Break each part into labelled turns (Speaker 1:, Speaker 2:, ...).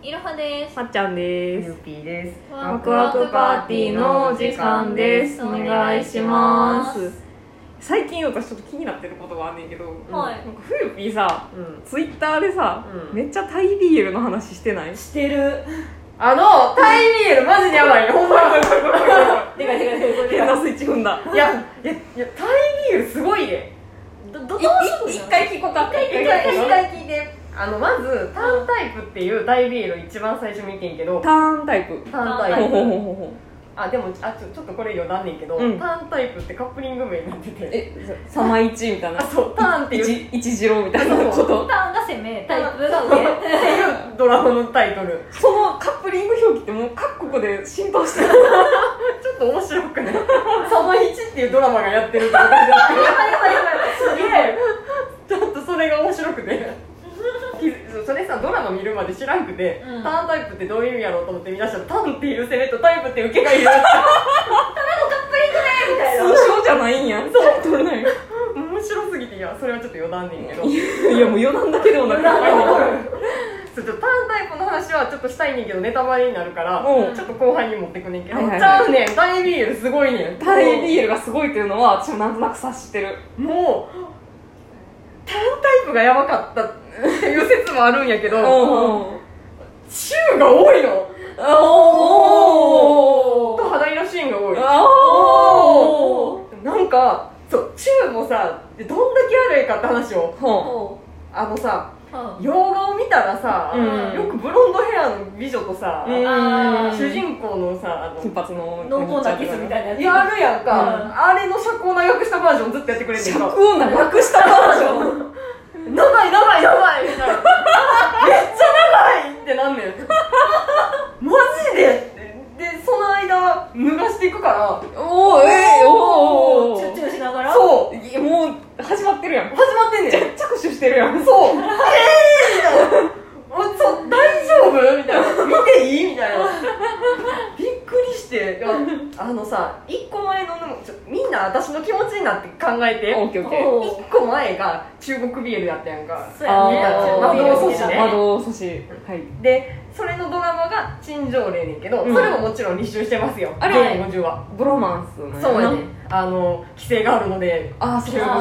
Speaker 1: いろはです
Speaker 2: まっちゃんで
Speaker 3: ゆ
Speaker 2: す
Speaker 3: う。ぴーです。
Speaker 1: ワ
Speaker 2: クワクパーティーのお時間です
Speaker 3: お
Speaker 2: お
Speaker 3: 願
Speaker 2: 願
Speaker 3: い
Speaker 2: い
Speaker 3: し
Speaker 2: し
Speaker 3: ま
Speaker 2: ますす。最近私ちょっと気になってることがあんねんけど、
Speaker 1: はい
Speaker 2: なんかふゆぴーさ、
Speaker 3: うん。
Speaker 2: ツイッターでさ、
Speaker 3: うん
Speaker 2: めっちゃタイビールの話してない？
Speaker 3: し てる。あの、タイミールマジでやばいよ。ほんま。
Speaker 1: てかてかてかて
Speaker 2: 変
Speaker 1: か
Speaker 2: なスイッチ踏んだ。
Speaker 3: いや、いや、いやタイミールすごいね。
Speaker 1: どどどう
Speaker 3: いい
Speaker 1: すんの
Speaker 3: 一回聞こうか。
Speaker 2: 一回
Speaker 3: 一
Speaker 2: 聞こう
Speaker 3: 回一回聞いて。あの、まず、ターンタイプっていうタイミール一番最初見てんけど、
Speaker 2: ターンタイプ。
Speaker 3: ターン
Speaker 1: は
Speaker 3: タ
Speaker 1: い
Speaker 2: ほうほ
Speaker 3: イ
Speaker 2: う
Speaker 3: プ。
Speaker 2: ほうほうほう。
Speaker 3: あ、でも、あ、ちょちょっとこれ余談ねんけど、
Speaker 2: うん
Speaker 3: ターンタイプってカップリング名になってて。
Speaker 2: え、サマイチみたい
Speaker 3: あ、
Speaker 2: な。
Speaker 3: そう、ターンっていう。
Speaker 2: 一一次郎みたいなこ
Speaker 3: そ
Speaker 2: と。
Speaker 1: ターンが攻めタイプ
Speaker 3: ターンっていうドラマのタイトル。
Speaker 2: そのカップリング表記ってもう各国で浸透してる。
Speaker 3: ちょっと面白くないサマイチっていうドラマがやってるってことじゃないすげえちょっとそれが面白くて気づそれさドラマ見るまで知らんくて、
Speaker 1: うん
Speaker 3: ターンタイプってどういう意味やろうと思って見出したらタンっていう攻めとタイプって受けがいるって
Speaker 1: みたいな
Speaker 2: 通称じゃないんや。そう。取れない。
Speaker 3: 面白すぎていやそれはちょっと余談ねんけど
Speaker 2: いやいやもう余談だけでもなく。
Speaker 3: そうちょっとターンタイプの話はちょっとしたいねんけどネタバレになるから
Speaker 2: うん
Speaker 3: ちょっと後半に持ってくねんけど、
Speaker 2: はいはいはい
Speaker 3: ちゃうねんタイビールすごいねん
Speaker 2: タイビールがすごいっていうのは私もなんとなく察してる
Speaker 3: もうターンタイプがやばかったっていう説もあるんやけ
Speaker 2: う
Speaker 3: ど週が多いの
Speaker 2: おおお
Speaker 3: と肌色シーンが多い
Speaker 2: お
Speaker 3: なんかそう週もさどんだけ悪いかって話を
Speaker 2: ほ
Speaker 1: ほ
Speaker 3: あのさ
Speaker 1: うほう
Speaker 3: 洋画を見たらさ、
Speaker 2: うん
Speaker 3: よくブロンドヘアの美女とさ、
Speaker 2: うん
Speaker 1: あー
Speaker 3: 主人公のさあの
Speaker 2: 金髪の
Speaker 1: 濃厚なキスみたいなやつ
Speaker 3: やるやんか、
Speaker 1: うん
Speaker 3: あれの社交な訳したバージョンずっとやってくれんねん
Speaker 2: 尺
Speaker 3: か
Speaker 2: を長くしたバージョン
Speaker 3: 長い長い長いみたいな めっちゃ長いってなんねんマジででその間脱がしていくか
Speaker 2: おおえー、おお
Speaker 1: チュッチュしなが
Speaker 3: ら
Speaker 1: ら
Speaker 3: そう
Speaker 2: もう始まってるやん
Speaker 3: 始まってんねん
Speaker 2: 着手してるやん
Speaker 3: そうええーみたいなあそう大丈夫みたいな見ていいみたいなびっくりしていやあのさ1個前のちょみんな私の気持ちになって考えて
Speaker 2: オッケーオッケー
Speaker 1: お
Speaker 3: 1個前が中国ビールやったやんか
Speaker 1: そうやね
Speaker 2: あー
Speaker 1: 中国ビール
Speaker 3: ね
Speaker 2: 窓阻止はい
Speaker 3: でそれのドラマが「陳情令」ねんけど、
Speaker 2: うん
Speaker 3: それももちろん履修してますよ
Speaker 2: あれ
Speaker 3: 全50話
Speaker 2: ブロマンスの
Speaker 3: そうや
Speaker 2: な
Speaker 3: ねあの規制があるので
Speaker 2: あーそうか
Speaker 3: あ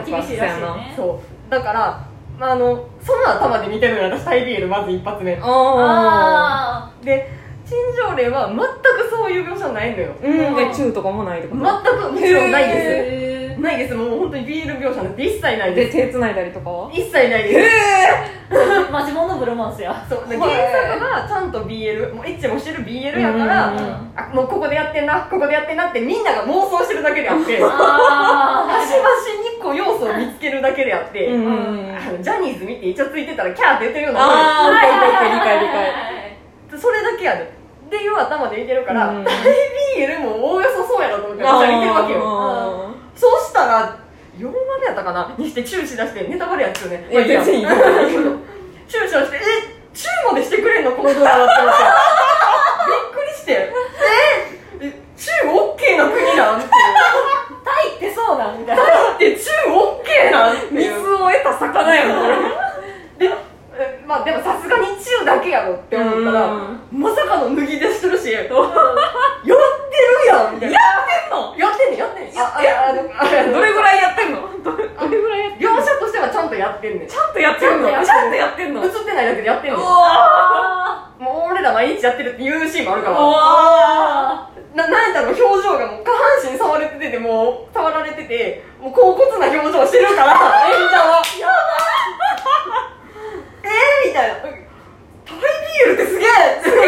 Speaker 2: そうかそうかそう
Speaker 1: 厳
Speaker 2: か
Speaker 1: し
Speaker 2: そう
Speaker 1: い
Speaker 2: や
Speaker 1: らしい
Speaker 2: な
Speaker 1: ね
Speaker 3: そうだから、まあ、あのその頭で見てるのよ私タイビールまず一発目
Speaker 2: あ
Speaker 1: あ
Speaker 3: で陳情令は全くそういう描写ないのよ
Speaker 2: ーうんでチューとかもないってこ
Speaker 3: 全
Speaker 2: と
Speaker 3: くもちろんない
Speaker 1: ー
Speaker 3: で
Speaker 1: へ
Speaker 3: すないですもう本当にビール描写なんて一切ない
Speaker 2: で
Speaker 3: です
Speaker 2: 手つないだりとかは
Speaker 3: 一切ない
Speaker 2: え
Speaker 3: です
Speaker 1: ーマジモノブロマンスや
Speaker 3: そうで原作がちゃんと BL もうエッチもしてる BL やから、
Speaker 2: うん
Speaker 3: あもうここでやってんなここでやってんなってみんなが妄想してるだけであって
Speaker 1: あ
Speaker 3: 端々にこう要素を見つけるだけであって、
Speaker 2: うんうんうん
Speaker 3: あのジャニーズ見てイチャついてたらキャーって言ってるような
Speaker 2: あー
Speaker 1: ー
Speaker 2: 理解理解理解
Speaker 3: それだけやでっていう頭で見てるから、
Speaker 2: うん
Speaker 3: BL もおおよそそうやなと思って私は見てるわけよ
Speaker 2: あ
Speaker 3: そうしたら4話目やったかなにして注視出してネタバレやっちゃうね
Speaker 2: いや
Speaker 3: まあ
Speaker 2: 全 然いい
Speaker 3: や注視をしてえ注までしてくれんのこのドラマって思ってびっくりしてええ注オッケーな国なんって
Speaker 1: タイってそうなんみたいな
Speaker 3: だって注オッケーなんって
Speaker 2: ー水
Speaker 3: いう
Speaker 2: を得た魚やもんこれ
Speaker 3: でえまあでもさすがに中だけやろって思ったら
Speaker 2: うん
Speaker 3: まさかの脱ぎ出してるしやってるやんみたいなやってんねんやってんねんあああのあ
Speaker 2: ど
Speaker 3: の
Speaker 2: れぐらいやってんのどれどれぐらいやってん
Speaker 3: 描
Speaker 2: の
Speaker 3: 写としてはちゃんとやってんねん
Speaker 2: ちゃんとやってんの
Speaker 3: ちゃんとやってる
Speaker 2: ちゃんとやってんの
Speaker 3: 映ってないだけでやってんねんも
Speaker 1: あ
Speaker 3: う俺ら毎日やってるっていうシーンもあるから
Speaker 2: あ
Speaker 1: あ
Speaker 3: ななんやったら表情がもう下半身触れててもう触られててもう高骨な表情してる から演者はやばえー、みたいなタイビールってすげえすげえ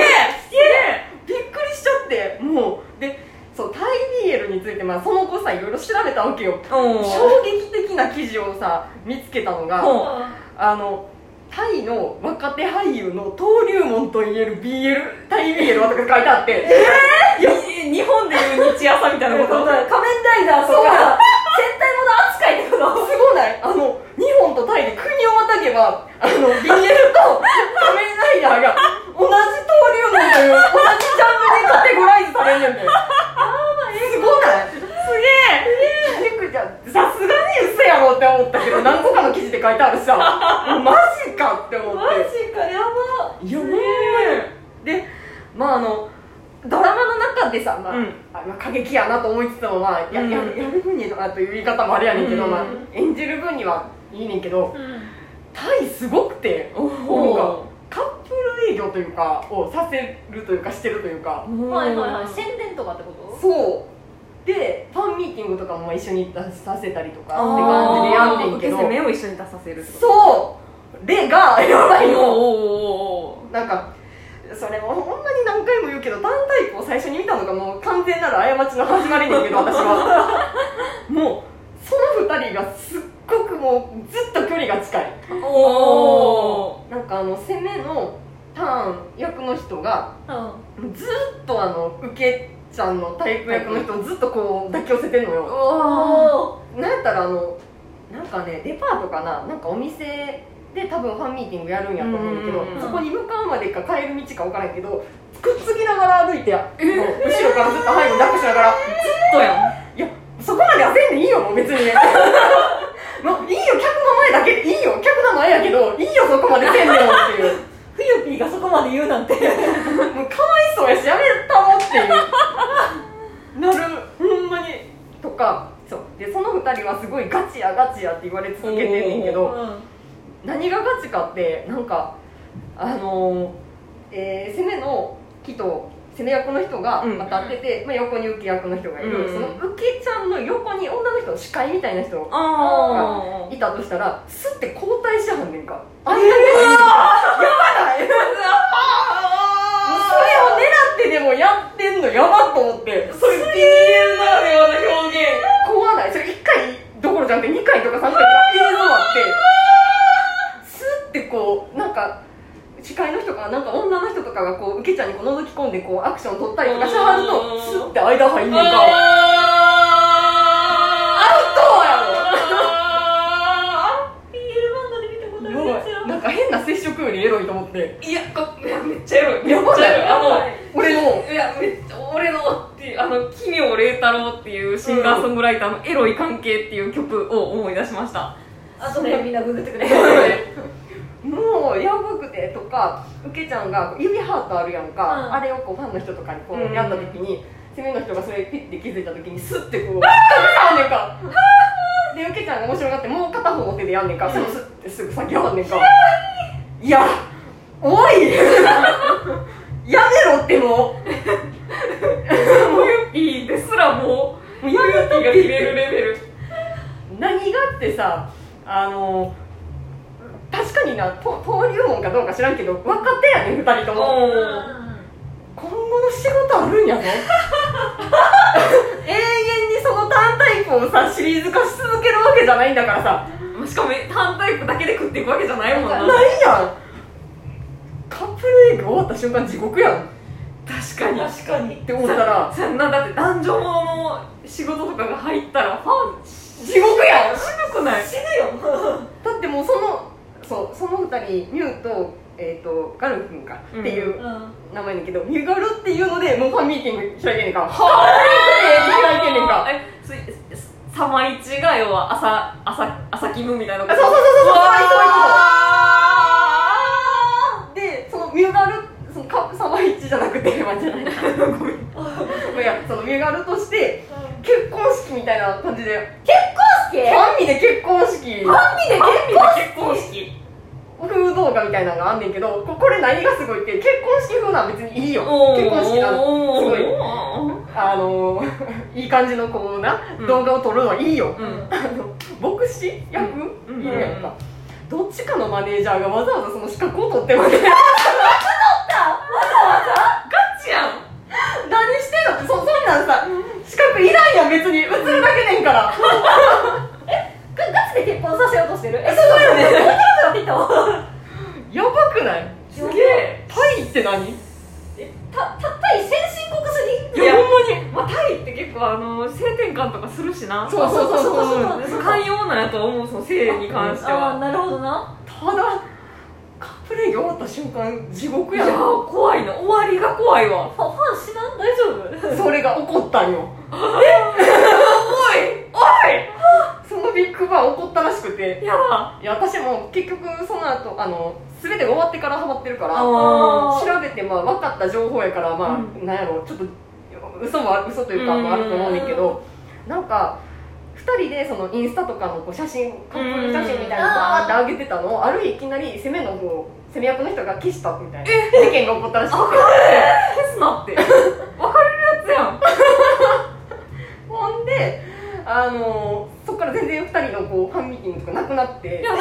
Speaker 3: すげえびっくりしちゃってもうでそうタイビールについて、まあ、その子さいろいろ調べたわけよ
Speaker 2: うん
Speaker 3: 衝撃的な記事をさ見つけたのが
Speaker 2: ほう
Speaker 3: あのタイの若手俳優の登竜門といえる BL タイ BL はとか書い てあってえ
Speaker 2: い日本でいう日朝みたいなこ
Speaker 1: 仮面
Speaker 2: と
Speaker 1: ライダーとか戦隊もの扱いってこと
Speaker 3: すごないあの日本とタイで国をまたげばあの BL と 仮面ライダーが同じ登竜門という同じジャンルにカテゴライズされるんだよすごないすげえびっくりじゃさすがに嘘やろって思ったけど何個かの記事で書いてあるしさマジかって思って
Speaker 1: ジかやば
Speaker 3: いやほんままああのドラマの中でさ、まあ
Speaker 2: うん
Speaker 3: あまあ過激やなと思いつつもまあや,、
Speaker 2: うん
Speaker 3: ややる分にはという言い方もあれやねんけど、
Speaker 2: うん
Speaker 3: まあ、演じる分にはいいねんけどタイすごくて
Speaker 2: お
Speaker 3: なん
Speaker 2: お
Speaker 3: かカップル営業というかをさせるというかしてるというか
Speaker 1: はいはいはい宣伝とかってこと
Speaker 3: そうでファンミーティングとかも一緒に出させたりとかって
Speaker 2: あー
Speaker 3: 感じでやんねんけど
Speaker 2: 受付目を一緒に出させるってこと
Speaker 3: そうでがやばい
Speaker 2: おーおー
Speaker 3: の
Speaker 2: おーおー
Speaker 3: なんかそれもほんまに何回も言うけど単体を最初に見たのがもう完全なる過ちの始まりねん けど私はもうその2人がすっごくもうずっと距離が近い
Speaker 2: おー
Speaker 3: なんかあの攻めのターン役の人が
Speaker 1: う
Speaker 3: ずっとあの受けちゃんのタイプ役の人をずっとこう抱き寄せてんのよ
Speaker 1: ん
Speaker 2: おー
Speaker 1: お
Speaker 3: なんやったらあのなんかねデパートかななんかお店で多分ファンミーティングやるんやと思うんだけど、
Speaker 2: うんうんうん
Speaker 3: そこに向かうまでか帰る道か分からんけどくっつきながら歩いて、もう後ろからずっと背後に抱っこしながら
Speaker 2: そうや
Speaker 3: そこまではせんでいいよもう別に もういいよ客の前だけいいよ客の前やけどいいよそこまでせんでもっていう
Speaker 1: ふゆぴーがそこまで言うなんて
Speaker 3: もうかわいそうやしやめたろっ ていうなるほんまにとかそうでその2人はすごいガチやガチやって言われ続けてんねんけど何がガチかってなんかあのーえー攻めの木と攻め役の人が
Speaker 2: うん
Speaker 3: 当たってて、まあ、横に受け役の人がいる、
Speaker 2: うん
Speaker 3: その受けちゃんの横に女の人の司会みたいな人が
Speaker 2: あー
Speaker 3: いたとしたらスッて交代しはんねんか
Speaker 2: あ
Speaker 3: あん
Speaker 2: ー
Speaker 3: なにやばないもうそれを狙ってでもやってんのやばと思って
Speaker 2: それ BL ならではの表現
Speaker 3: 怖ないそれ1回どころじゃなくて2回とか3回とか映像あってスッてこうなんか司会の人かなんか女の人とかがこう受けちゃんにこう覗き込んでこうアクション取ったりとかしはる
Speaker 2: う
Speaker 3: と
Speaker 2: ん
Speaker 3: スッて間入んねん かアウ
Speaker 2: あ
Speaker 3: ト
Speaker 1: BL 漫画で見たことある
Speaker 3: やろや
Speaker 1: やつ
Speaker 3: ばいなんか変な接触よりエロいと思って
Speaker 2: いやこいやめっちゃエロいめ
Speaker 3: やば
Speaker 2: っ
Speaker 3: い
Speaker 2: ちゃエロいあの
Speaker 1: はい
Speaker 3: 俺の
Speaker 2: いやめっちゃ俺のっていうあの奇妙麗太郎っていうシンガーソングライターの「エロい関係」っていう曲を思い出しま した
Speaker 1: あとねみんなググってくれ
Speaker 3: もうやばくてとか受けちゃんが指ハートあるやんか、
Speaker 1: うん
Speaker 3: あれをこうファンの人とかにこ
Speaker 2: うん
Speaker 3: うやった時に、攻めの人がそれピッて気づいた時にスッてこうやんねんかで受けちゃんが面白がってもう片方の手でやんねんかそれをスッてすぐ先はんねんかいやおい やめろってもう
Speaker 2: そういうピーですらもう
Speaker 3: もうやめ
Speaker 2: ピーが切れるレベル
Speaker 3: 何がってさあの確かになと登竜門かどうか知らんけど若手やねん2人とも。今後の仕事あるん やぞ永遠にその単タイプをさシリーズ化し続けるわけじゃないんだからさ
Speaker 2: うんしかも単タイプだけで食っていくわけじゃないもん
Speaker 3: な
Speaker 2: ない
Speaker 3: やんカップル映画終わった瞬間地獄やんっ
Speaker 2: 確かに
Speaker 1: 確かに
Speaker 3: て思ったら
Speaker 2: そんなだって男女もの仕事とかが入ったらファンし
Speaker 3: 地獄やん
Speaker 2: なくない
Speaker 1: 死ぬよ
Speaker 3: だってもうそのそうその二人ミュウと,、えー、とガル君かっていう名前だけど、ミュガルっていうのでもうファンミーティング開いてんねんかはぁって開いてんねんか
Speaker 2: えついサマイチが要は朝朝朝勤務みたいなこ
Speaker 3: あ
Speaker 2: と
Speaker 3: そうそうそうそうそうそうそうそう
Speaker 2: あ
Speaker 3: でそのミューガルそのカサマイチじゃなくてまあじゃない ごめんいやそのミューガルとして結婚式みたいな感じで
Speaker 1: 結
Speaker 3: ファンミで結婚式
Speaker 1: ミで
Speaker 2: 結婚式
Speaker 3: 風動画みたいなのがあんねんけどここれ何がすごいって結婚式風なん別にいいよ結婚式なの
Speaker 2: の
Speaker 3: すごい
Speaker 2: い
Speaker 3: あの ーいい感じのこうな、
Speaker 2: うん
Speaker 3: 動画を撮るのはいいよ、
Speaker 2: うん
Speaker 3: あの牧師役、
Speaker 2: うん
Speaker 3: いるやんか、どっちかのマネージャーがわざわざその資格を取ってまで
Speaker 2: ガチやん
Speaker 3: 何してんのってそそんなんさ資格いらんやん別に映るだけねんから
Speaker 1: ガガチで結婚させようとしてるえそう
Speaker 3: そうよね
Speaker 1: だよた
Speaker 3: やばくない
Speaker 1: す
Speaker 2: すげえ
Speaker 3: タイって何い
Speaker 1: たったい先進国すぎ
Speaker 2: いや
Speaker 3: ほんまに
Speaker 2: まあタイって結構あの性転換とかするしな
Speaker 3: そうそうそうそう
Speaker 1: そうそう
Speaker 2: そう寛容なんやと思うその性に関して
Speaker 1: ああ
Speaker 2: は
Speaker 1: なるほどな
Speaker 3: ただカップルが終わった瞬間地獄
Speaker 2: い
Speaker 3: や
Speaker 2: や
Speaker 3: な
Speaker 2: ー怖いな終わりが怖いわ
Speaker 1: ファファン死なん大丈夫
Speaker 3: それが起こったんよ
Speaker 2: おいお
Speaker 3: そのビッグバン起こったらしくて
Speaker 2: いやだ
Speaker 3: いや私も結局その後あの全てが終わってからハマってるから
Speaker 2: あ
Speaker 3: 調べってまあ分かった情報やからまあ、
Speaker 2: う
Speaker 3: なんやろうちょっと嘘もあ嘘というかもあると思うねんだけど、なんか2人でそのインスタとかのこう写真カップル写真みたいなのバーって上げてたのをある日いきなり攻めの方攻め役の人が消したみたいな事件が起こったらしくて
Speaker 2: 消すなって別れるやつやん
Speaker 3: ほんであのそこから全然2人のこうファンミーティングとかなくなって
Speaker 2: やだ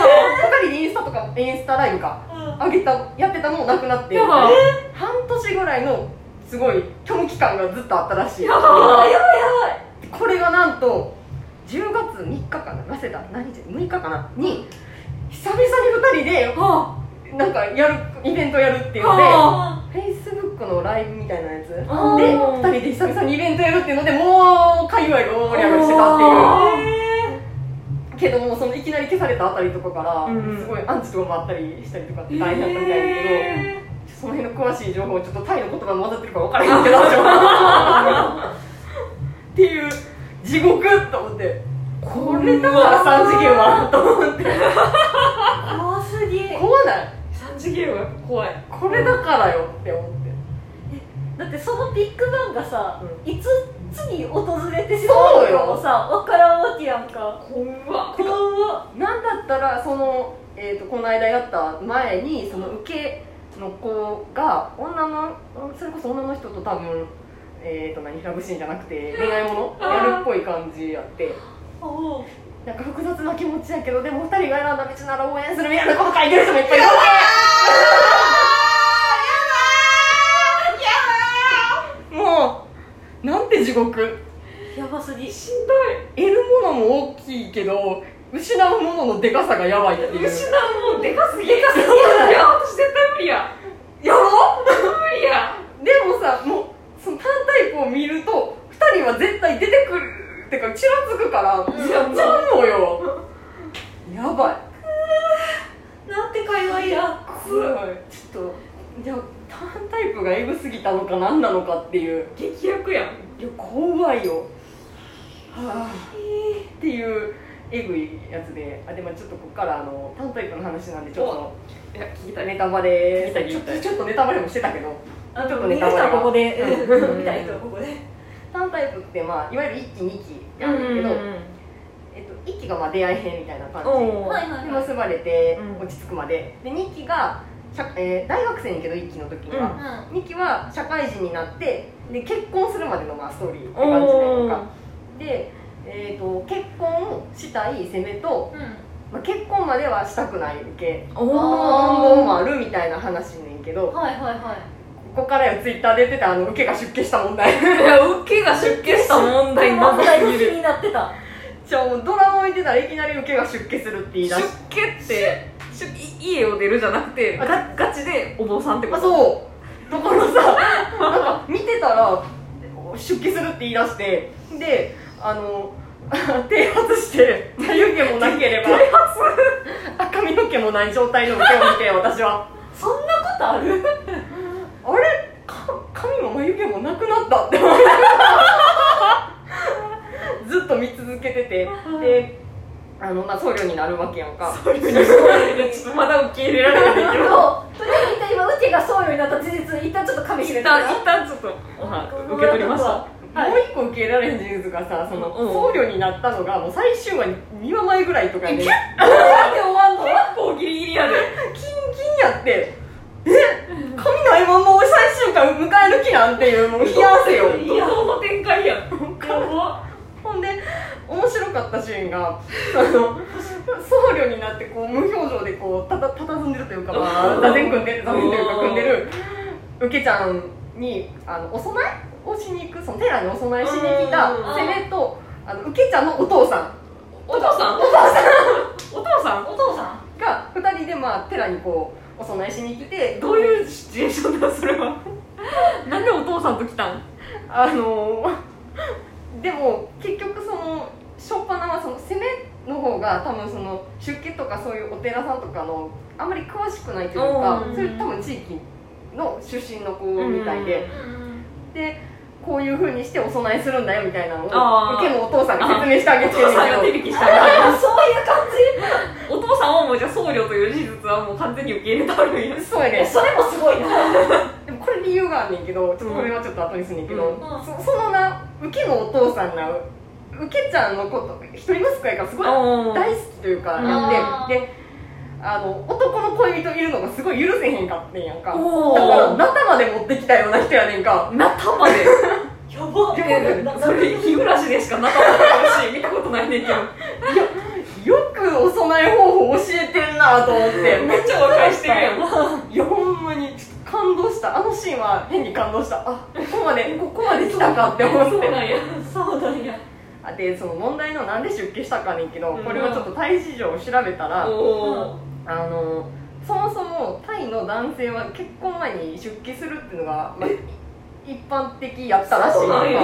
Speaker 3: 2人でインスタとかインスタライブか上げたやってたのもなくなって
Speaker 2: やだ
Speaker 3: 半年ぐらいのすごい虚無期間がずっとあったらしい
Speaker 2: やばい
Speaker 1: やばいやばい
Speaker 3: これがなんと10月3日かな早稲田何日6日かなに久々に2人
Speaker 2: は
Speaker 3: でなんかやるイベントやるっていうので
Speaker 2: は
Speaker 1: あ
Speaker 3: フェイスブックのライブみたいなやつで
Speaker 2: あ
Speaker 3: 2人で久々にイベントやるっていうのでもう界隈が大盛り上がりしてたっていう
Speaker 2: あ
Speaker 3: けどもうそのいきなり消されたあたりとかから、
Speaker 2: うん
Speaker 3: すごいアンチとかもあったりしたりとかって
Speaker 2: ー
Speaker 3: 大変だったみたいだけど、
Speaker 2: え
Speaker 3: その辺の詳しい情報ちょっとタイの言葉も混ざってるか分からへんけど っていう地獄と思ってこれだから三次元はと思って
Speaker 1: 怖すぎ
Speaker 3: 怖ない
Speaker 2: ー三次元は怖い
Speaker 3: これだからよって思って
Speaker 1: だってそのビッグバンがさ、
Speaker 3: う
Speaker 1: いつ次訪れてしまうのかもさ分からんわけやんか
Speaker 2: 怖
Speaker 1: 怖っ
Speaker 3: なんだったらその、えー、とこの間やった前にその受けの子が女のそれこそ女の人と多分えっ、と何ラブシーンじゃなくて恋愛ものやるっぽい感じやって
Speaker 1: おう
Speaker 3: なんか複雑な気持ちやけどでも2人が選んだ道なら応援するみたいなこと書いてる人もいっぱいいるわけもうなんて地獄
Speaker 1: やばすぎ
Speaker 2: しんどい
Speaker 3: 得るものも大きいけど失うもののでかさがやばいっていう
Speaker 2: 失うもんでかすぎでかすぎいや私絶対無理や
Speaker 3: やろ
Speaker 2: 無理や
Speaker 3: でもさもうその単タイプを見ると2人は絶対出てくるってかちらつくからやっちゃうのよやばい
Speaker 1: なんて界隈や
Speaker 3: すごいちょっとじゃあターンタイプがエグすぎたのか何なのかっていう
Speaker 2: 激薬やん
Speaker 3: いや怖いよはあっていうエグいやつであでもちょっとここからあのターンタイプの話なんでちょっ
Speaker 2: いや聞い
Speaker 3: と
Speaker 2: たね
Speaker 3: ネタバレ
Speaker 2: 聞いた聞いた
Speaker 3: ちょちょっとネタバレもしてたけど
Speaker 1: あでも
Speaker 3: ネ
Speaker 1: 見
Speaker 3: タ
Speaker 1: た人
Speaker 3: バレが
Speaker 1: はここで
Speaker 3: うん
Speaker 1: 見た人はここで
Speaker 3: ターンタイプってまあいわゆる1期2期
Speaker 2: う
Speaker 3: あるんだけど、
Speaker 2: ん
Speaker 3: えっと、1期がまあ出会い編みたいな感じ
Speaker 2: お
Speaker 1: はいはい
Speaker 3: で
Speaker 1: はい
Speaker 3: 結ばれて
Speaker 2: うん
Speaker 3: 落ち着くまでで2期が、社えー大学生にけど1期の時には、
Speaker 2: うん
Speaker 1: うん
Speaker 3: ミキは社会人になってで結婚するまでのまあストーリーって
Speaker 2: お
Speaker 3: 感じという
Speaker 2: お
Speaker 3: かで、えー、と結婚したい攻めと、
Speaker 1: うん
Speaker 3: まあ、結婚まではしたくない受け
Speaker 1: あー
Speaker 3: 願望もあるみたいな話ねんけど
Speaker 1: はいはいはい
Speaker 3: ここからよツイッターで出てたあの受けが出家した問題
Speaker 2: いや受けが出家した問題な
Speaker 1: 問
Speaker 2: さ
Speaker 1: 題
Speaker 2: すぎ
Speaker 1: 気
Speaker 2: る
Speaker 1: になってた
Speaker 3: じゃあもうドラマ見てたらいきなり受けが出家するって言い
Speaker 2: 出
Speaker 3: 出して
Speaker 2: 家って出家家を出るじゃなくて
Speaker 3: あ
Speaker 2: ガガチでお坊さんってこ
Speaker 3: あ
Speaker 2: と
Speaker 3: そうだからさなんか見てたら出家するって言い出してであの 剃髪して眉毛もなけ れば髪の毛もない状態の受けを見て私は
Speaker 1: そんなことある
Speaker 3: あれか髪も眉毛もなくなったって思って ずっと見続けててであの、まあ、僧侶になるわけやんか
Speaker 2: そういうちょっ とまだ受け入れられてないけ
Speaker 1: で
Speaker 2: ど
Speaker 1: もとりあえず一旦今ウケが僧侶になった事実一旦ちょっと噛み締め
Speaker 2: 一
Speaker 1: て
Speaker 2: 旦一旦ちょっとおは受け取りました
Speaker 1: はい
Speaker 3: もう一個受け入れられへん事実がさその
Speaker 2: うん
Speaker 3: 僧侶になったのがもう最終話2話前ぐらいとかで、ね、
Speaker 1: なんで終わんの
Speaker 2: 結構ギリギリやで
Speaker 3: キンキンやってえ神の今もう最終回迎える気なんていうもう冷や汗よ
Speaker 2: いやの展開やんやば
Speaker 3: ほんで面白かったシーンがあの僧侶になってこう無表情でこうたたたたずんでるというか、 まあ、座禅組んでる座禅というか組んでる受けちゃんにあのお供えをしに行くその寺にお供えしに来た
Speaker 2: うん
Speaker 3: セレとあの受けちゃんのお父さ
Speaker 2: お父さんお父さんお父さん
Speaker 1: お父さん
Speaker 3: んが2人で、まあ、寺にこうお供えしに来て
Speaker 2: どういうシチュエーションだそれはなんでお父さんと来たん
Speaker 3: あの ーでも結局その初っ端はその攻めの方が多分その出家とかそういうお寺さんとかのあんまり詳しくないというか
Speaker 2: うん
Speaker 3: そういう多分地域の出身の子みたいで、
Speaker 1: う
Speaker 3: でこういうふうにしてお供えするんだよみたいなのを
Speaker 2: あー
Speaker 3: 受けのお父さんが説明してあげ
Speaker 2: お
Speaker 3: てる
Speaker 2: 父さんが手
Speaker 3: けど
Speaker 2: 引きしたんだ
Speaker 1: んそういう感
Speaker 2: お父さんはもうじゃあ僧侶という事実はもう完全に受け入れたわけです
Speaker 3: そうやね
Speaker 1: じそれもすごいな
Speaker 3: でもこれがあんねんけどちょっとこれはちょっと後にすんねんけど、
Speaker 2: うん
Speaker 3: そそのなウケのお父さんなウケちゃんのこと一人息子やからすごい
Speaker 2: おー
Speaker 3: 大好きというか
Speaker 2: うん
Speaker 3: やってであの男の恋人いるのがすごい許せへんかってんやんかだか
Speaker 2: お
Speaker 3: ら
Speaker 2: ー
Speaker 3: ナタまで持ってきたような人やねんか
Speaker 2: 仲間 で
Speaker 1: やば
Speaker 3: でも
Speaker 1: な
Speaker 2: それ日暮らしでしか仲間だし見たことないねんけど
Speaker 3: よくお供え方法教えてんなと思って
Speaker 2: めっちゃ和解してるやん
Speaker 3: いやほんまにちょっと感動したあのシーンは変に感動したあここまでここまで来たかって思
Speaker 2: そ
Speaker 3: っ
Speaker 2: う
Speaker 3: て
Speaker 2: なんや
Speaker 1: そうなんや
Speaker 3: あでその問題のなんで出家したかねんけど、
Speaker 2: うん
Speaker 3: これはちょっとタイ事情を調べたら、
Speaker 2: お
Speaker 3: あのそもそもタイの男性は結婚前に出家するっていうのが、まあ、い一般的やったらしい
Speaker 2: そうなん や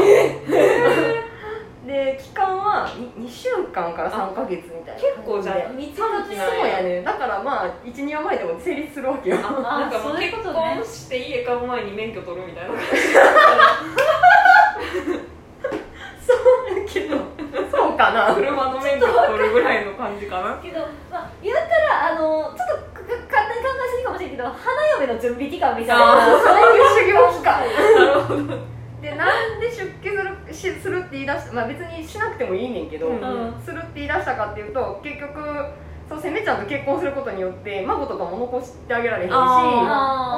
Speaker 3: で期間は2週間から3ヶ月みたいな感じで
Speaker 2: 結構じゃあ
Speaker 1: 見つ
Speaker 2: 短期なん
Speaker 3: そうやねだからまあ12話前でも成立するわけよ
Speaker 2: あなんかもう
Speaker 1: そういう
Speaker 2: 結
Speaker 1: ことね
Speaker 2: 婚して家買う前に免許取るみたいな感じ
Speaker 3: そうやけどそう かな
Speaker 2: 車の免許取るぐらいの感じかな
Speaker 1: けど、まあ、言ったらあのちょっとか簡単に考えすぎかもしれんけど花嫁の準備期間みたい
Speaker 2: あ
Speaker 1: な
Speaker 2: ー
Speaker 3: そういう修行期間
Speaker 2: なるほど
Speaker 3: でなんで出家するしするって言い出した、まあ、別にしなくてもいいねんけど、
Speaker 2: うん
Speaker 3: するって言い出したかっていうと結局そうせめちゃんと結婚することによって孫とかも残してあげられへんし女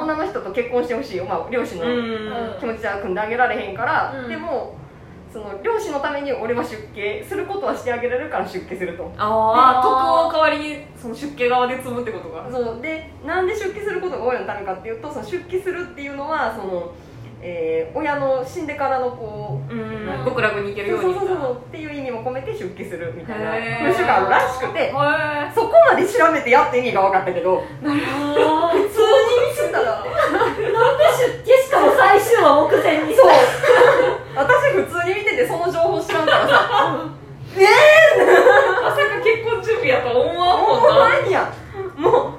Speaker 1: あー
Speaker 3: の人と結婚してほしいよ、まあ、両親の
Speaker 2: うん
Speaker 3: 気持ちは組んであげられへんから、
Speaker 1: うん
Speaker 3: でもその両親のために俺は出家することはしてあげられるから出家すると
Speaker 2: ああ徳を代わりにその出家側で積むってことか
Speaker 3: そうでなんで出家することが多いのためかっていうとその出家するっていうのはその、えー親の死んでからのこう
Speaker 2: うん極楽に行ける
Speaker 3: そ
Speaker 2: よ
Speaker 3: う
Speaker 2: うに
Speaker 3: そう
Speaker 2: みたいな
Speaker 3: そうそうっていう意味も込めて出家するみたいな
Speaker 2: へー
Speaker 3: 風習があるらしくて
Speaker 2: へ
Speaker 3: そこまで調べてやって意味が分かったけど
Speaker 1: あー
Speaker 3: 普通に見てたら
Speaker 1: なんで出家しかも最終話目前に
Speaker 3: そう私普通に見ててその情報知らんからさ
Speaker 2: ーまさか結婚準備やとは思
Speaker 3: 「お
Speaker 2: わんもんな
Speaker 3: 前にやも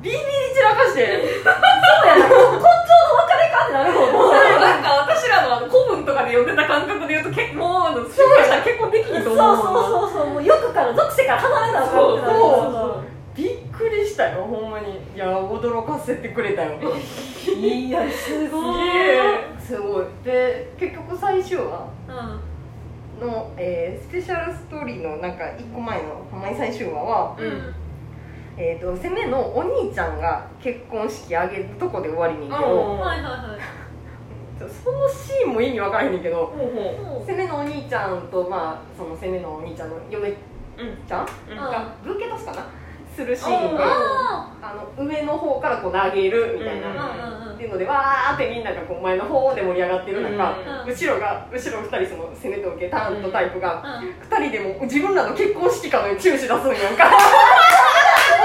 Speaker 3: うビリビリ散らかし
Speaker 1: そ
Speaker 3: て
Speaker 1: うやなこ根性の別れかってなるもんな
Speaker 2: なんか私らのあの古文とかで読んでた感覚で言うと結もう出家したら結婚でき
Speaker 1: そ
Speaker 2: ひん
Speaker 1: う
Speaker 2: と
Speaker 1: そう
Speaker 2: 思うもんな
Speaker 1: そうそうもうよくから読者から離れなあかんってなる
Speaker 3: そう
Speaker 1: そう
Speaker 3: びっくりしたよほんまにいや驚かせてくれたよ
Speaker 1: いやすごい
Speaker 2: すげえ
Speaker 3: すごいで結局最終話
Speaker 1: うん
Speaker 3: の、えースペシャルストーリーのなんか1個前のほんまに最終話は
Speaker 2: うん
Speaker 3: えー、と攻めのお兄ちゃんが結婚式あげるとこで終わりにんけど
Speaker 2: うん
Speaker 1: はいはいはい
Speaker 3: そのシーンも意味わからへんねんけど
Speaker 2: ほうほ
Speaker 1: もう
Speaker 3: 攻めのお兄ちゃんと、まあ、その攻めのお兄ちゃんの嫁
Speaker 2: ううん
Speaker 3: ちゃん
Speaker 2: うん
Speaker 1: あ
Speaker 3: がブーケトスかなするシーン
Speaker 2: うん
Speaker 3: が
Speaker 1: あ
Speaker 3: あの上の方からこう投げるみたい
Speaker 1: ー
Speaker 3: な、
Speaker 1: うんうん
Speaker 3: っ
Speaker 1: う
Speaker 3: て
Speaker 1: ん
Speaker 3: いうのでわーってみんながこう前の方で盛り上がってる中、
Speaker 2: うん
Speaker 1: うん
Speaker 3: 後ろが後ろ2人その攻めと受けターンとタイプが
Speaker 1: うん
Speaker 3: 2人でも自分らの結婚式かのように注視出すんやんかお前ら兄貴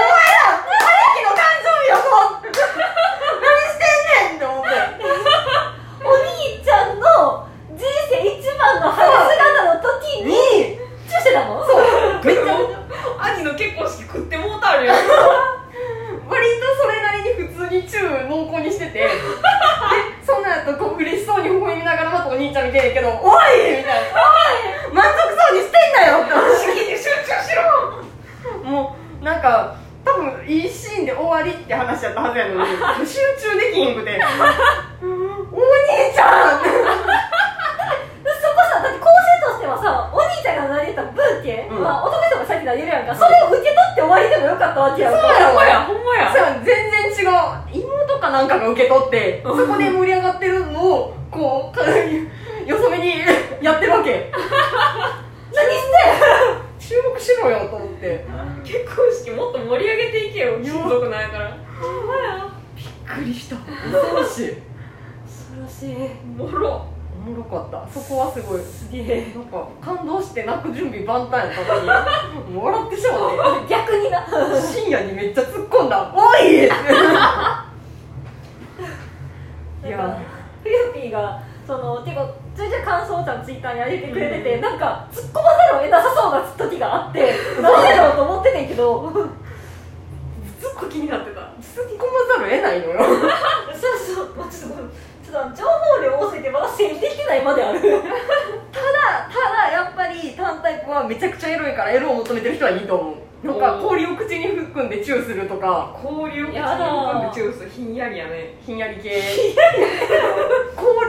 Speaker 3: の誕生日やぞ何してんねんって思って
Speaker 1: お兄ちゃんの人生一番の晴れ姿の時に
Speaker 3: に
Speaker 1: チューしてたの
Speaker 3: そうめっちゃ
Speaker 2: 兄の結婚式食ってもうたるよ
Speaker 3: 割とそれなりに普通にチュー濃厚に しててでそんな後こう嬉しそうに微笑みながらまたお兄ちゃん見てるけど「おい!」みたいな「おい満足そうにしてんだよ!」って
Speaker 2: 式に集中しろ
Speaker 3: もうなんか多分いいシーンで終わりって話やったはずやのに集中できんくて 「お兄ちゃん!」って
Speaker 1: でそこさだって構成としてはさお兄ちゃんが投げたブーケ、
Speaker 3: うん
Speaker 1: まあ、男の人がさっき投げるやんかそれを受け取って終わりでもよかったわけやんか
Speaker 3: そうやろ
Speaker 2: ほんまやほんまや
Speaker 3: そう全然違う妹かなんかが受け取ってそこで盛り上がってるのをこうかよそ見にやってる わけ
Speaker 1: 何して
Speaker 3: 注目しろよと思って
Speaker 2: 結婚式もっと盛り上げていけよ
Speaker 3: よ
Speaker 2: 親族なんやから
Speaker 1: ほんまや
Speaker 3: びっくりした恐ろしい
Speaker 1: 恐ろしい
Speaker 2: おもろ
Speaker 3: おもろかったそこはすごい
Speaker 1: すげえ
Speaker 3: なんか感動して泣く準備万端やったのにもう笑ってしまって
Speaker 1: 逆にな
Speaker 3: 深夜にめっちゃ突っ込んだ「おい!」い
Speaker 1: なん
Speaker 3: や
Speaker 1: かフユピーがその結構ちょいちょい感想をちゃんとツイッターに上げてくれてて、
Speaker 2: うん
Speaker 1: なんか突っ込まざるを得なさそうな時があってなんでだろうと思ってねんけどそう
Speaker 2: ずっと気になってた
Speaker 3: 突っ込まざるを得ないのよ
Speaker 1: そうまあちょっとちょっと情報量多すぎてまだ整理できてないまである
Speaker 3: ただただやっぱりタンタイプはめちゃくちゃエロいからエロを求めてる人はいいと思うなんか
Speaker 2: おー
Speaker 3: 氷を口に含んでチューするとか
Speaker 2: 交流を口に
Speaker 1: やだ
Speaker 2: 運んでチュースひんやりやね
Speaker 3: ひんやり系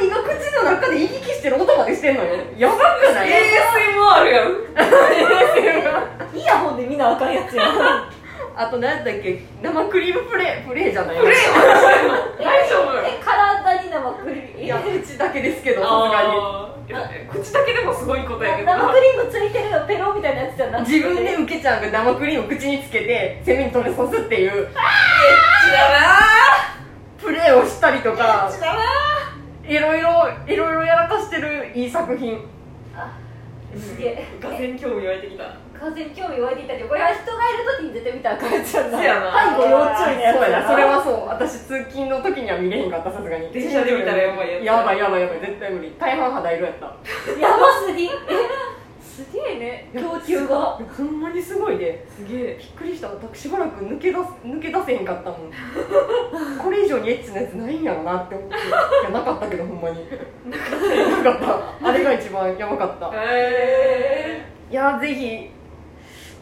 Speaker 3: 身が口の中で行き来してる音までしてんのよやばくない
Speaker 2: ASMR や ん
Speaker 1: イヤホンで見なあかんやつやん
Speaker 3: あと何やったっけ生クリームプレープレーじゃない
Speaker 2: プレイ大丈夫
Speaker 1: え体に生クリーム
Speaker 3: い
Speaker 1: い
Speaker 3: や
Speaker 1: や
Speaker 3: 口だけですけどさすがに
Speaker 2: あー口だけでもすごいことやけど
Speaker 1: 生クリームついてるよペロみたいなやつじゃなくて
Speaker 3: 自分でウケちゃんが生クリームを口につけてセミに止めさすっていうプレーをしたりとか
Speaker 1: だない
Speaker 3: ろいろいろいろやらかしてるいい作品
Speaker 1: すげえ
Speaker 2: がぜん興味湧いてきた
Speaker 1: 完全に興味湧いてきたけどこれは人がいる時に出てみたらあかんやつやんな
Speaker 2: せや
Speaker 1: 背
Speaker 2: な
Speaker 1: 後要注意のやつ
Speaker 3: そう
Speaker 1: や
Speaker 3: や
Speaker 1: な
Speaker 3: なそれはそう私通勤の時には見れへんかったさすがに
Speaker 2: 電車で見たらやばいやつ
Speaker 3: やばいやばいやばい絶対無理大半肌色やった
Speaker 1: やばすぎえすげえね供給が
Speaker 3: ほんまにすごいで
Speaker 2: すげえ
Speaker 3: びっくりした私しばらく抜け出す抜け出せへんかったもんこれ以上にエッチなやつないんやろなって思っていやなかったけどほんまになかったあれが一番やばかった
Speaker 2: え
Speaker 3: いやぜひ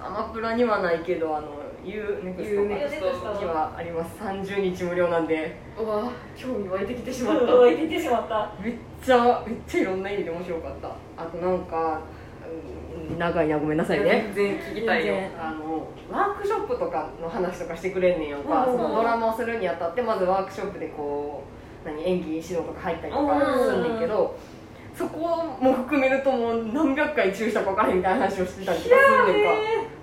Speaker 3: アマプラにはないけどあの UNEXT
Speaker 1: ネクスト
Speaker 3: にはあります30日無料なんで
Speaker 2: ー、うわ興味湧いてきてしまった
Speaker 1: 湧いててしまった
Speaker 3: めっちゃめっちゃいろんな意味で面白かったあとなんか、うん長いなごめんなさいね
Speaker 2: 全然聞きたいよ
Speaker 1: 全
Speaker 3: あのワークショップとかの話とかしてくれんねんやんか、
Speaker 1: うんうん
Speaker 3: そのドラマをするにあたってまずワークショップでこう何演技指導とか入ったりとかすんねんけど、そこも含めるともう何百回注意したか分からへんみたいな話をしてたりとかすんねん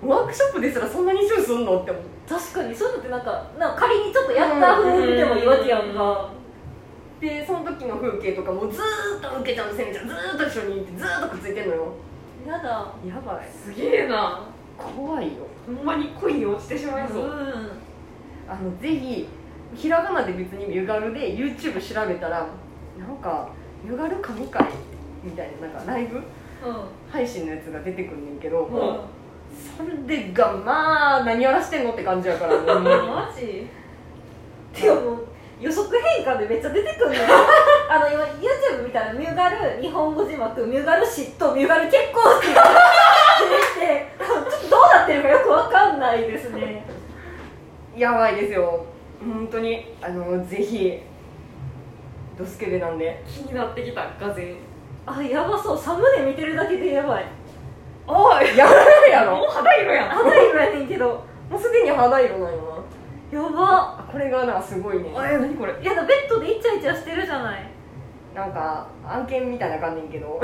Speaker 3: かワークショップですらそんなに注意すんのって思って
Speaker 1: 確かにそういうのってなんかなんか仮にちょっとやった風でもいいわけやんか
Speaker 3: でその時の風景とかもずーっと受けちゃんとせみちゃんずーっと一緒にいてずーっとくっついてんのよ
Speaker 1: やだ
Speaker 3: やばい
Speaker 2: すげえな
Speaker 3: 怖いよ
Speaker 2: ほんまに恋に落ちてしまいそう、
Speaker 3: あのぜひひらがなで別にゆがるで YouTube 調べたらなんかゆがる神会みたいななんかライブ配信のやつが出てくんねんけど、
Speaker 1: うんうん
Speaker 3: それでがまあ何やらしてんのって感じやからほんま に
Speaker 1: マジでももう予測変換でめっちゃ出てく るのよあの今 YouTube 見たら「ミューガル日本語字幕ミューガル嫉妬ミューガル結婚」っていうのが出てきてちょっとどうなってるかよくわかんないですね
Speaker 3: やばいですよ本当にあのぜひドスケベなんで
Speaker 2: 気になってきたがぜん
Speaker 1: あやばそうサムネ見てるだけでやばい
Speaker 2: おい
Speaker 3: やばいや
Speaker 2: もう
Speaker 3: ろ
Speaker 2: 肌色やん
Speaker 1: 肌色やねんけど
Speaker 3: もうすでに肌色なんよ
Speaker 1: やば
Speaker 3: なあこれがなすごいね
Speaker 2: え何これ
Speaker 1: いやだベッドでイチャイチャしてるじゃない
Speaker 3: なんか案件みたいな感じやけど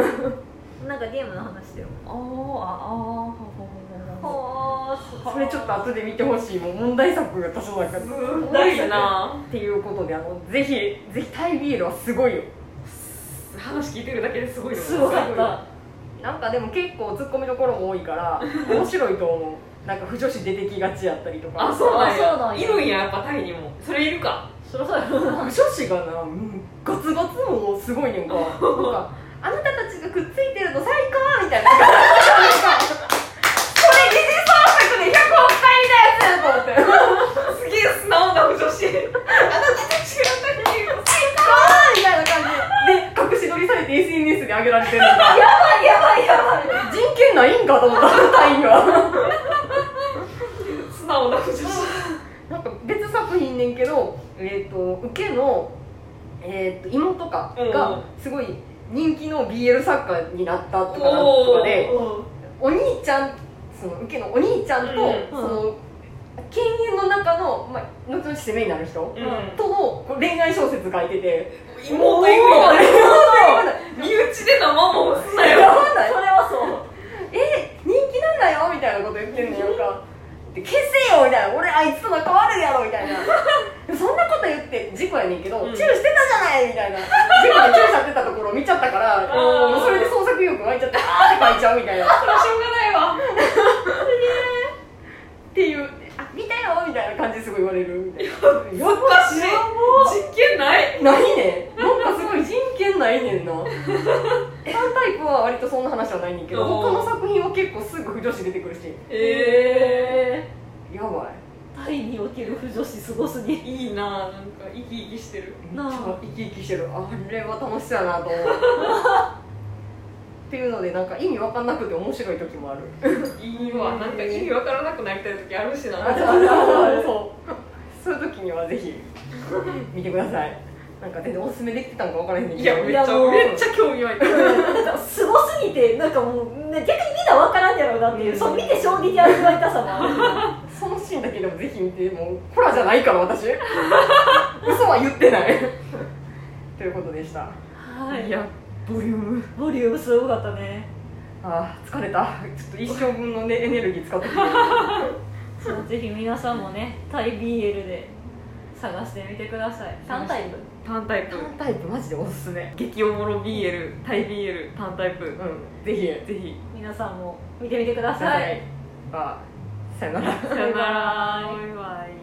Speaker 1: なんかゲームの話だよ
Speaker 2: あーああー
Speaker 1: ほ
Speaker 3: それちょっと後で見てほしいもう問題作が多少だから
Speaker 2: すごいな
Speaker 3: っていうことであのぜひぜひタイビールはすごいよ
Speaker 2: 話聞いてるだけですごいよ
Speaker 1: すごかった
Speaker 3: なんかでも結構ツッコミどころも多いから面白いと思うなんか不女子出てきがちやったりとか
Speaker 2: あそうなんや
Speaker 1: あそうなんや
Speaker 2: いるんややっぱタイにもそれいるか
Speaker 1: そろそ ろ
Speaker 3: 不女子がな、うん、ガツガツもすごいねんかなんかあなたたちがくっついてるの最高みたいななんかそれ二次創作で100億回見たや つやと思って
Speaker 2: すげえ素直な不女子あなたたちがタイに
Speaker 3: あーみたいな感じで隠し撮りされて SNS で上げられてるのか
Speaker 1: やばいやばいやばい
Speaker 3: 人権ないんかと思ったタイ には
Speaker 2: 素直な不女子
Speaker 3: なんか別作品ねんけど、えー、と受けの、えー、と妹か
Speaker 2: うん
Speaker 3: がすごい人気の BL 作家になったとかなんとかでお兄ちゃんその受けのお兄ちゃんと、
Speaker 2: うん
Speaker 3: その犬猿の中の、まあ、後々攻めになる人、
Speaker 2: うん
Speaker 3: とのこう恋愛小説書いてて
Speaker 2: 妹いるよ
Speaker 3: おー
Speaker 2: 身内で生もんすな
Speaker 3: や
Speaker 2: よ
Speaker 3: ばない
Speaker 1: それはそう
Speaker 3: え人気なんだよみたいなこと言ってんのよなんかで消せよみたいな俺あいつと仲悪いやろみたいなそんなこと言って事故やねんけど、
Speaker 2: うん
Speaker 3: チューしてたじゃないみたいな事故でチューしちゃってたところを見ちゃったから
Speaker 2: ー
Speaker 3: もうそれで創作意欲湧いちゃってあーって書いちゃうみたいなっ
Speaker 2: それはしょうがないわ
Speaker 3: ていうあ見たよみたいな感じですごい言われるみたいなや
Speaker 2: おかしい実験ない
Speaker 3: ないねなんかすごい人権ないねんなファンタイプは割とそんな話はないねんけど
Speaker 2: おー
Speaker 3: 他の作品は結構すぐ不女子出てくるし
Speaker 2: え
Speaker 3: やばい
Speaker 1: タイにおける不女子すごすぎ
Speaker 2: ー、いいななんか生き生きしてる
Speaker 3: めっちゃ生き生きしてるあれは楽しそうやなと思うっていうのでなんか意味わかんなくて面白い時もある
Speaker 2: いいわなんか意味わからなくなりたい時あるしな
Speaker 3: そうそうそうそういう時にはぜひ見てくださいなんか全然おすすめできてたのか分からへんねん
Speaker 2: い
Speaker 3: け
Speaker 2: や
Speaker 3: ど
Speaker 2: めっ
Speaker 1: い
Speaker 2: ち
Speaker 1: や
Speaker 2: ゃ
Speaker 1: もう
Speaker 2: めっちゃ興味湧いた
Speaker 1: なんかすごすぎてなんかもう、ね、逆にみんな分からんやろうなっていう、そう見て衝撃味わいたさも
Speaker 3: そのシーンだけでもぜひ見てもうホラーじゃないから 私嘘は言ってないということでした
Speaker 1: はい
Speaker 2: やボリューム
Speaker 1: ボリュームすごかったね
Speaker 3: あー疲れたちょっと一生分の、ね、エネルギー使ってきて
Speaker 1: そ うぜひ皆さんもねタイ BL で探してみてください単タイプ
Speaker 2: 単タイプ
Speaker 3: タイプマジでおすすめ
Speaker 2: 激おもろ BL 対 BL 単タイプ
Speaker 3: うんぜひ
Speaker 2: ぜひ
Speaker 1: 皆さんも見てみてくだ
Speaker 3: は
Speaker 1: さい
Speaker 3: いあさよなら
Speaker 2: さよなら
Speaker 1: バ
Speaker 2: バイバイ